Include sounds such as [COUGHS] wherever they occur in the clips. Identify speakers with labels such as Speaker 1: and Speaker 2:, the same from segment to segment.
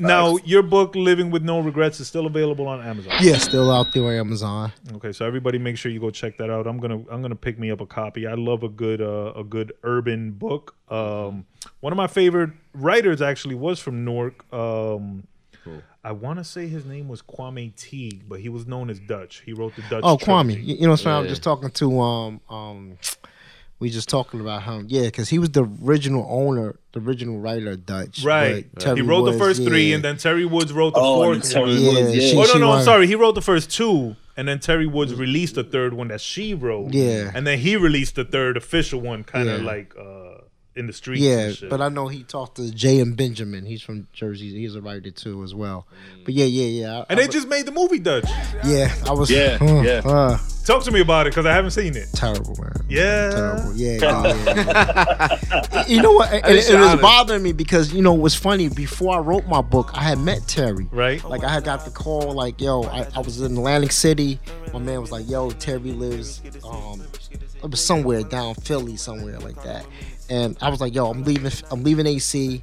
Speaker 1: Now, your book, Living with No Regrets, is still available on Amazon.
Speaker 2: Yeah, still out there on Amazon.
Speaker 1: Okay, so everybody, make sure you go check that out. I'm gonna I'm gonna pick me up a copy. I love a good uh, a good urban book. Um, one of my favorite writers actually was from Newark. Um, I want to say his name was Kwame Teague, but he was known as Dutch. He wrote the Dutch.
Speaker 2: Oh,
Speaker 1: trilogy.
Speaker 2: Kwame. You, you know, so I was
Speaker 3: Yeah.
Speaker 2: just talking to um um, we just talking about him. Yeah, because he was the original owner, the original writer of Dutch.
Speaker 1: Right.
Speaker 2: but Terry
Speaker 1: he wrote
Speaker 2: Woods,
Speaker 1: the first three,
Speaker 2: yeah.
Speaker 1: and then Terry Woods wrote the
Speaker 3: Oh, and
Speaker 1: fourth
Speaker 3: Terry
Speaker 1: one.
Speaker 2: Yeah,
Speaker 3: Woods, yeah.
Speaker 2: she-
Speaker 1: Oh no,
Speaker 2: she
Speaker 1: no, I'm
Speaker 2: wanted- Mm.
Speaker 1: sorry. He wrote the first two, and then Terry Woods released the third one that she wrote.
Speaker 2: Yeah.
Speaker 1: and then he released the third official one, kind of
Speaker 2: Yeah.
Speaker 1: like uh, in the streets.
Speaker 2: Yeah,
Speaker 1: and shit.
Speaker 2: but I know he talked to Jay and Benjamin. He's from Jersey. He's a writer too as well. But yeah, yeah, yeah. I,
Speaker 1: Mm. and
Speaker 2: I,
Speaker 1: they just made the movie Dutch.
Speaker 2: yeah, I was [LAUGHS]
Speaker 3: Yeah,
Speaker 2: uh,
Speaker 3: yeah.
Speaker 2: uh,
Speaker 1: Talk to me about it because I haven't seen it.
Speaker 2: terrible man.
Speaker 1: Yeah.
Speaker 2: terrible. Yeah,
Speaker 3: [LAUGHS]
Speaker 2: yeah, yeah, yeah. [LAUGHS] you know what? And, and
Speaker 4: least
Speaker 2: it
Speaker 4: you're
Speaker 2: was
Speaker 4: honest.
Speaker 2: bothering me because you know what's funny? Before I wrote my book, I had met Terry.
Speaker 1: Right.
Speaker 2: Like I had got the call, like yo, I, I was in Atlantic City. My man was like, yo, Terry lives um, it was somewhere down Philly, somewhere like that. And I was like, yo, I'm leaving. I'm leaving AC.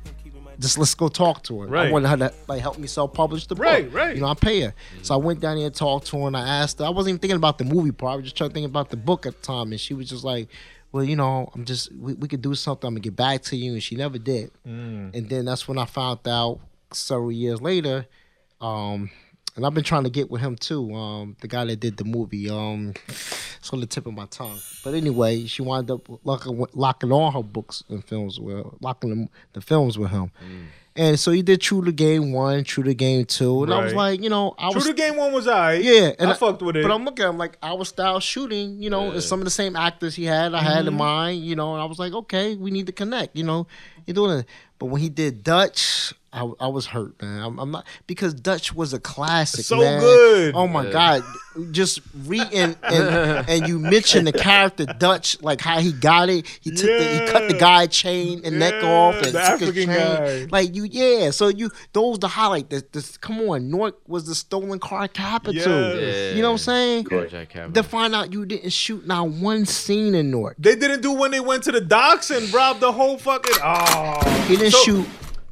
Speaker 2: Just let's go talk to her. I
Speaker 1: Right.
Speaker 2: wanted her to like help me self-publish the book.
Speaker 1: Right, right.
Speaker 2: You know, I pay her. So I went down there and talked to her, and I asked her. I wasn't even thinking about the movie part. I was just trying to think about the book at the time, and she was just like, "Well, you know, I'm just we, we could do something. I'm gonna get back to you," and she never did.
Speaker 1: Mm.
Speaker 2: And then that's when I found out several years later. Um, and I've been trying to get with him too. Um, the guy that did the movie. Um, it's on the tip of my tongue. But anyway, she wound up locking, locking all her books and films with locking them, the films with him.
Speaker 1: Mm.
Speaker 2: And so he did True to Game One, True to Game Two, and I was
Speaker 1: Right.
Speaker 2: like, you know, I
Speaker 1: True
Speaker 2: was
Speaker 1: to Game One was I.
Speaker 2: yeah,
Speaker 1: I, fucked with it.
Speaker 2: But I'm looking, I'm like, our style shooting, you know, and some of the same actors he had, I had in
Speaker 1: Mm-hmm.
Speaker 2: mind, you know, and I was like, okay, we need to connect, you know, you're doing it. But when he did Dutch, I, I was hurt, man. I'm, I'm not because Dutch was a classic,
Speaker 1: So
Speaker 2: man.
Speaker 1: good.
Speaker 2: Oh my god, just reading and, and and you mentioned the character Dutch, like how he got it. He took the he cut the
Speaker 1: Yeah.
Speaker 2: guy chain and neck off
Speaker 1: Yeah, the
Speaker 2: and took his
Speaker 1: African
Speaker 2: chain.
Speaker 1: guy.
Speaker 2: Like you, yeah. So you, those the highlight. This, this, come on, Newark was the stolen car capital.
Speaker 1: Yes.
Speaker 2: You know what I'm saying?
Speaker 4: Jack Cameron.
Speaker 2: To find out you didn't shoot not one scene in Newark.
Speaker 1: They didn't do when they went to the docks and robbed the whole fucking. Oh,
Speaker 2: He didn't
Speaker 1: So,
Speaker 2: shoot.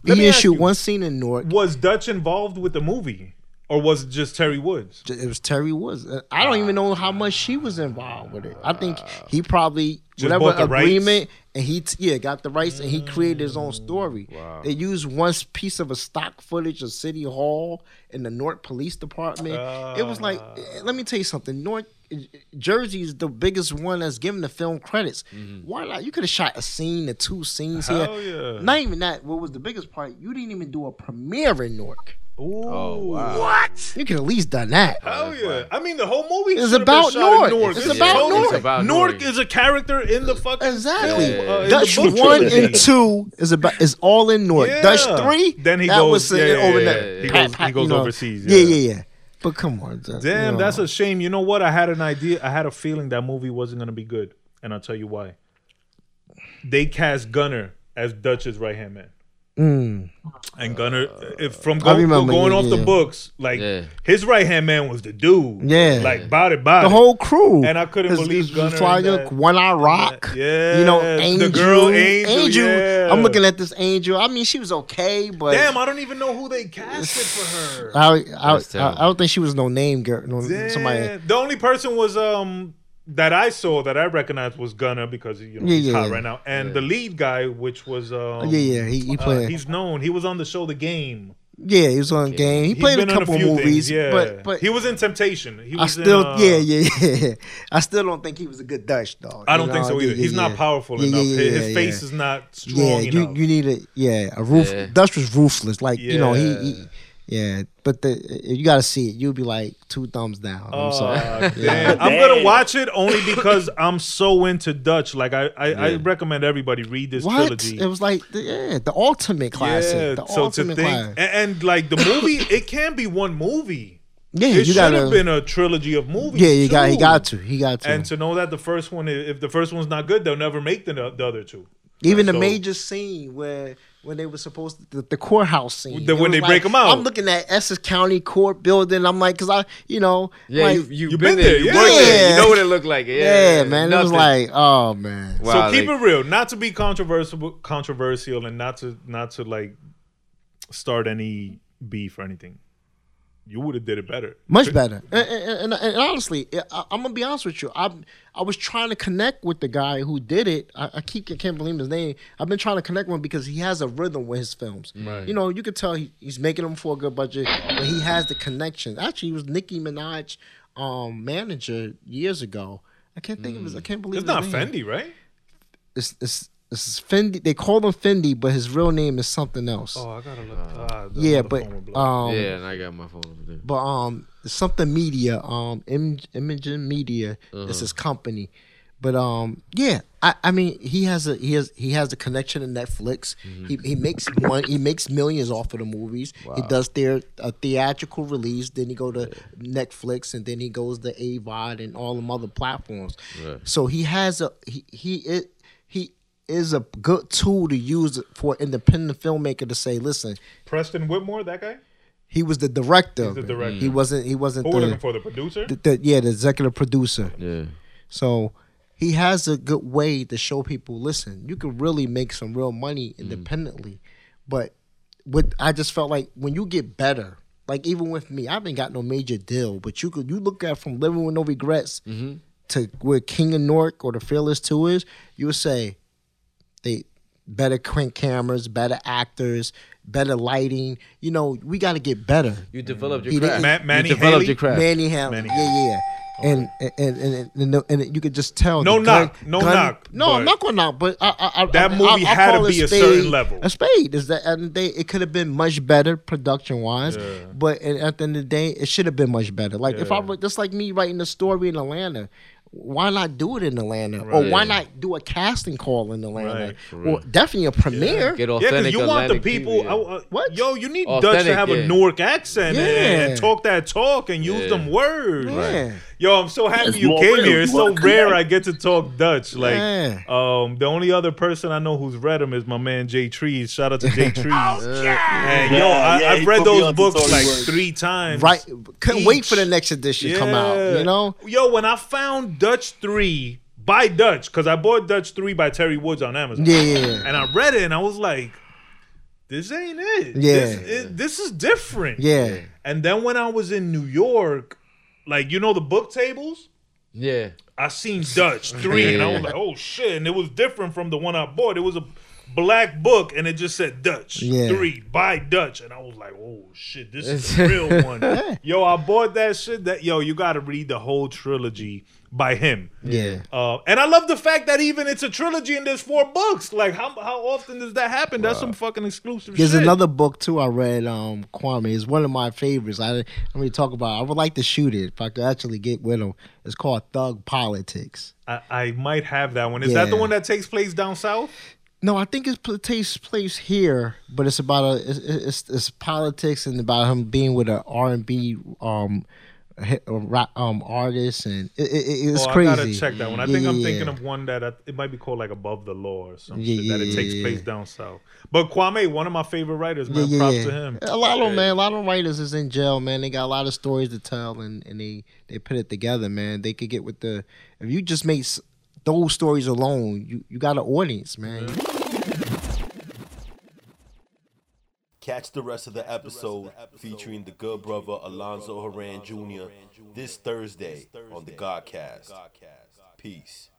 Speaker 2: He
Speaker 1: let me
Speaker 2: didn't
Speaker 1: ask
Speaker 2: shoot
Speaker 1: you.
Speaker 2: one scene in Newark.
Speaker 1: Was Dutch involved with the movie, or was it just Terry Woods?
Speaker 2: It was Terry Woods. Uh, I don't even know how much she was involved with it. I think he probably
Speaker 1: Uh, Just
Speaker 2: whatever
Speaker 1: bought the rights?
Speaker 2: agreement and he t- yeah got the rights and he created his own story. They used one s- piece of a stock footage of City Hall and the North Police Department. it was like,
Speaker 1: Uh.
Speaker 2: eh, let me tell you something. North eh, Jersey is the biggest one that's given the film credits. Why not? You could have shot a scene, or two scenes
Speaker 1: Mm-hmm. Hell
Speaker 2: here.
Speaker 1: yeah.
Speaker 2: Not even that. What was the biggest part? You didn't even do a premiere in Newark.
Speaker 1: Ooh.
Speaker 4: Oh, wow.
Speaker 1: What?
Speaker 2: You could at least done that.
Speaker 1: Hell Oh, yeah! I mean, the whole movie
Speaker 2: It's
Speaker 1: should've
Speaker 2: about
Speaker 1: been shot in
Speaker 2: Newark.
Speaker 1: Newark.
Speaker 2: It's about
Speaker 1: totally-
Speaker 2: Newark. It's
Speaker 4: about
Speaker 1: Newark
Speaker 4: Newark.
Speaker 1: is a character in the fucking
Speaker 2: Exactly.
Speaker 1: Film, uh, in
Speaker 2: Dutch
Speaker 1: the book
Speaker 2: one
Speaker 1: trilogy.
Speaker 2: and two is about is all in North.
Speaker 1: Yeah.
Speaker 2: Dutch three,
Speaker 1: Then he
Speaker 2: that
Speaker 1: goes-
Speaker 2: was
Speaker 1: yeah,
Speaker 2: in-
Speaker 1: yeah,
Speaker 2: over
Speaker 1: yeah,
Speaker 2: there.
Speaker 1: yeah. He
Speaker 2: Pat-
Speaker 1: goes-
Speaker 2: pat-
Speaker 1: he goes
Speaker 2: you know.
Speaker 1: overseas,
Speaker 2: Yeah,
Speaker 1: yeah.
Speaker 2: yeah, yeah. But come on, Dutch,
Speaker 1: Damn,
Speaker 2: you
Speaker 1: that's
Speaker 2: know.
Speaker 1: a shame. You know what? I had an idea. I had a feeling that movie wasn't gonna be good, and I'll tell you why. They cast Gunner as Dutch's right hand man. And Gunner, uh, if from go,
Speaker 2: Hmm. remember,
Speaker 1: going
Speaker 2: yeah,
Speaker 1: off
Speaker 2: yeah.
Speaker 1: the books, like
Speaker 4: Yeah.
Speaker 1: his right hand man was the dude.
Speaker 2: Yeah.
Speaker 1: like body body.
Speaker 2: the whole crew.
Speaker 1: And I couldn't believe Gunner in that.
Speaker 2: One Eye Rock.
Speaker 1: Yeah.
Speaker 2: you know Angel.
Speaker 1: The girl Angel, yeah.
Speaker 2: I'm looking at this Angel. I mean, she was okay, but
Speaker 1: Damn, I don't even know who they casted for her.
Speaker 2: I I, I,
Speaker 4: That's terrible.
Speaker 2: I don't think she was no name girl. No,
Speaker 1: Damn.
Speaker 2: somebody.
Speaker 1: The only person was um that I saw that I recognized was Gunner because you know
Speaker 2: Yeah,
Speaker 1: he's
Speaker 2: yeah,
Speaker 1: hot
Speaker 2: yeah. Oh,
Speaker 1: right now, and the lead guy, which was um,
Speaker 2: Yeah, yeah, he, he
Speaker 1: uh,
Speaker 2: played.
Speaker 1: he's known. He was on the show The Game.
Speaker 2: yeah, he was on game. He
Speaker 1: He's
Speaker 2: played a
Speaker 1: been on
Speaker 2: couple
Speaker 1: few
Speaker 2: movies,
Speaker 1: things, yeah.
Speaker 2: but but
Speaker 1: he was in Temptation. He
Speaker 2: I
Speaker 1: was
Speaker 2: still,
Speaker 1: in, uh,
Speaker 2: yeah, yeah, yeah. [LAUGHS] I still don't think he was a good Dutch dog.
Speaker 1: I don't
Speaker 2: you
Speaker 1: think
Speaker 2: know?
Speaker 1: so
Speaker 2: Yeah,
Speaker 1: either.
Speaker 2: yeah,
Speaker 1: he's not
Speaker 2: yeah.
Speaker 1: powerful
Speaker 2: Yeah,
Speaker 1: enough.
Speaker 2: yeah,
Speaker 1: His,
Speaker 2: yeah,
Speaker 1: his
Speaker 2: yeah.
Speaker 1: face is not strong
Speaker 2: Yeah, you
Speaker 1: enough.
Speaker 2: you need a yeah a roof.
Speaker 4: Yeah.
Speaker 2: Dutch was ruthless. Like you know he,
Speaker 4: Yeah.
Speaker 2: he yeah. But the you got to see it. You'll be like two thumbs down.
Speaker 1: Oh,
Speaker 2: I'm sorry.
Speaker 1: Aw, Ah,
Speaker 2: [LAUGHS]
Speaker 1: damn. I'm gonna watch it only because I'm so into Dutch. Like I, I, I recommend everybody read this
Speaker 2: What
Speaker 1: trilogy.
Speaker 2: it was like the, yeah the ultimate classic. the
Speaker 1: so to
Speaker 2: ultimate
Speaker 1: think
Speaker 2: classic.
Speaker 1: and, and, like the
Speaker 2: [COUGHS]
Speaker 1: movie, it can be one movie.
Speaker 2: yeah,
Speaker 1: It
Speaker 2: you
Speaker 1: should
Speaker 2: gotta.
Speaker 1: have been a trilogy of movies.
Speaker 2: yeah, you got. He
Speaker 1: too.
Speaker 2: got to. He got to.
Speaker 1: And to know that the first one, i- if the first one's not good, they'll never make the, the other two.
Speaker 2: Even the
Speaker 1: So-
Speaker 2: major scene where when they were supposed to, the, the courthouse scene.
Speaker 1: The-
Speaker 2: It
Speaker 1: when
Speaker 2: was
Speaker 1: they break 'em out.
Speaker 2: I'm looking at Essex County Court building. I'm like, cause I, you know,
Speaker 4: Yeah,
Speaker 2: like,
Speaker 4: you, you've
Speaker 1: You
Speaker 4: been,
Speaker 1: been
Speaker 4: there.
Speaker 1: there,
Speaker 4: You
Speaker 1: yeah.
Speaker 4: worked there. You
Speaker 2: Yeah.
Speaker 4: know what it looked like. Yeah,
Speaker 2: yeah, man. It was
Speaker 4: nothing.
Speaker 2: like, oh man.
Speaker 4: Wow,
Speaker 1: so keep
Speaker 4: like-
Speaker 1: it real, not to be controversial, controversial, and not to not to like start any beef or anything. You would have did it better.
Speaker 2: Much better. And, and, and, and honestly, I, I'm gonna be honest with you. I I was trying to connect with the guy who did it. I, I keep I can't believe his name. I've been trying to connect with him because he has a rhythm with his films.
Speaker 1: Right.
Speaker 2: You know, you could tell he, he's making them for a good budget, but he has the connection. Actually, he was Nicki Minaj, um, manager years ago. I can't think of his. I can't believe
Speaker 1: It's
Speaker 2: his
Speaker 1: not
Speaker 2: name.
Speaker 1: Fendi, right?
Speaker 2: It's it's it's Fendi. They call him Fendi, but his real name is something else.
Speaker 1: Oh, I gotta look. ah, the-
Speaker 2: yeah,
Speaker 1: the
Speaker 2: but
Speaker 1: phone blocked.
Speaker 2: um,
Speaker 3: yeah, and I got my phone over there.
Speaker 2: but um something media um Im- imaging media is his company but um yeah I, I mean he has a he has he has a connection to netflix he, he makes money he makes millions off of the movies he does their a theatrical release then he go to netflix and then he goes to avod and all them other platforms
Speaker 3: Right.
Speaker 2: so he has a he he it, he is a good tool to use for independent filmmaker to say listen
Speaker 1: Preston Whitmore, that guy.
Speaker 2: he was the director.
Speaker 1: the director.
Speaker 2: He wasn't. He wasn't
Speaker 1: Who we're
Speaker 2: the,
Speaker 1: looking for? The producer.
Speaker 2: the, the- yeah the executive producer.
Speaker 3: Yeah.
Speaker 2: So he has a good way to show people. Listen, you can really make some real money independently, but what I just felt like when you get better, like even with me, I haven't got no major deal, but you could you look at from living with no regrets to where King of Nork or the Fearless Two is, you would say they better crank cameras, better actors, better lighting. You know, we got to get better.
Speaker 3: You developed
Speaker 2: He
Speaker 3: your
Speaker 2: didn't-
Speaker 3: craft.
Speaker 1: Ma- Manny
Speaker 3: you developed
Speaker 1: Haley?
Speaker 3: your craft.
Speaker 2: Manny Hamlin.
Speaker 1: Manny
Speaker 2: Yeah, yeah. And, and, and, and, and and you could just tell.
Speaker 1: No
Speaker 2: the
Speaker 1: knock, no knock,
Speaker 2: No, I'm
Speaker 1: but-
Speaker 2: not going to knock. But I, I, I,
Speaker 1: That
Speaker 2: I-
Speaker 1: movie
Speaker 2: I, I
Speaker 1: had to
Speaker 2: call
Speaker 1: be a
Speaker 2: spade
Speaker 1: certain level.
Speaker 2: A spade is that, and they it could have been much better production wise. But at at the end of the day, it should have been much better. Like if I were just like me writing a story in Atlanta. Why not do it in Atlanta, or why
Speaker 3: Right.
Speaker 2: not do a casting call in Atlanta,
Speaker 1: Right,
Speaker 2: or definitely a premiere?
Speaker 3: Get
Speaker 1: Yeah, because
Speaker 3: authentic.
Speaker 1: you want the
Speaker 3: Atlantic
Speaker 1: people.
Speaker 3: TV, yeah.
Speaker 1: I- uh,
Speaker 2: What?
Speaker 1: Yo, you need Dutch to
Speaker 3: Authentic,
Speaker 1: have a
Speaker 3: yeah.
Speaker 1: Newark accent and- and,
Speaker 2: Yeah.
Speaker 1: talk that talk and use
Speaker 3: Yeah.
Speaker 1: them words.
Speaker 2: Yeah. Right.
Speaker 1: Yo, I'm so happy
Speaker 4: It's
Speaker 1: you
Speaker 4: more
Speaker 1: came
Speaker 4: real.
Speaker 1: here. It's
Speaker 4: You
Speaker 1: so
Speaker 4: wanna
Speaker 1: rare
Speaker 4: connect.
Speaker 1: I get to talk Dutch. Like,
Speaker 2: Yeah.
Speaker 1: um, the only other person I know who's read them is my man Jay Trees. Shout out to
Speaker 2: [LAUGHS]
Speaker 1: Jay Trees.
Speaker 2: Oh,
Speaker 1: And yo,
Speaker 4: Yeah,
Speaker 1: I,
Speaker 4: yeah,
Speaker 1: I've
Speaker 4: he
Speaker 1: read
Speaker 4: put me
Speaker 1: those
Speaker 4: onto
Speaker 1: books
Speaker 4: Tory
Speaker 1: like
Speaker 4: Words.
Speaker 1: three times.
Speaker 2: Right? Couldn't wait
Speaker 1: Each.
Speaker 2: for the next edition to come out. You know,
Speaker 1: Yo, when I found Dutch 3 by Dutch, because I bought Dutch 3 by Terry Woods on Amazon.
Speaker 2: Yeah, yeah, yeah.
Speaker 1: And I read it and I was like, this ain't it.
Speaker 2: Yeah.
Speaker 1: This, it- this is different.
Speaker 2: yeah.
Speaker 1: And then when I was in New York, like, you know, the book tables?
Speaker 3: Yeah.
Speaker 1: I seen Dutch 3 and I was
Speaker 3: Yeah.
Speaker 1: like, oh shit. And it was different from the one I bought. It was a black book and it just said Dutch
Speaker 2: Yeah.
Speaker 1: 3 by Dutch. And I was like, oh shit, this
Speaker 2: [LAUGHS]
Speaker 1: is the real one. Yo, I bought that shit that, yo, you got to read the whole trilogy by him.
Speaker 2: Yeah.
Speaker 1: Uh, and I love the fact that even it's a trilogy and there's four books. Like, how, how often does that happen? That's some fucking exclusive
Speaker 2: There's
Speaker 1: shit.
Speaker 2: another book too I read, um, Kwame. It's one of my favorites. I I'm gonna talk about. it. I would like to shoot it if I could actually get with him. It's called Thug Politics.
Speaker 1: I, I might have that one. Is that the
Speaker 2: Yeah.
Speaker 1: one that takes place down south?
Speaker 2: No, I think it's pl- takes place here, but it's about a it's, it's, it's politics and about him being with an R and B um hi- a rap, um artist and it, it, it- it's
Speaker 1: oh,
Speaker 2: crazy.
Speaker 1: I gotta check that one. I
Speaker 2: Yeah,
Speaker 1: think I'm
Speaker 2: yeah,
Speaker 1: thinking
Speaker 2: yeah.
Speaker 1: of one that I, it might be called like Above the Law or something
Speaker 2: Yeah, yeah,
Speaker 1: that it
Speaker 2: yeah,
Speaker 1: takes
Speaker 2: yeah,
Speaker 1: place
Speaker 2: yeah.
Speaker 1: down south. But Kwame, one of my favorite writers,
Speaker 2: Yeah,
Speaker 1: man.
Speaker 2: yeah,
Speaker 1: props
Speaker 2: yeah.
Speaker 1: to him.
Speaker 2: A lot of 'em, man, a lot of writers is in jail, man. They got a lot of stories to tell, and, and they they put it together, man. They could get with the if you just make s- those stories alone, you you got an audience, man.
Speaker 4: Catch the rest of the episode featuring the good brother Alonzo Haran Jr. this Thursday on the Godcast. Peace.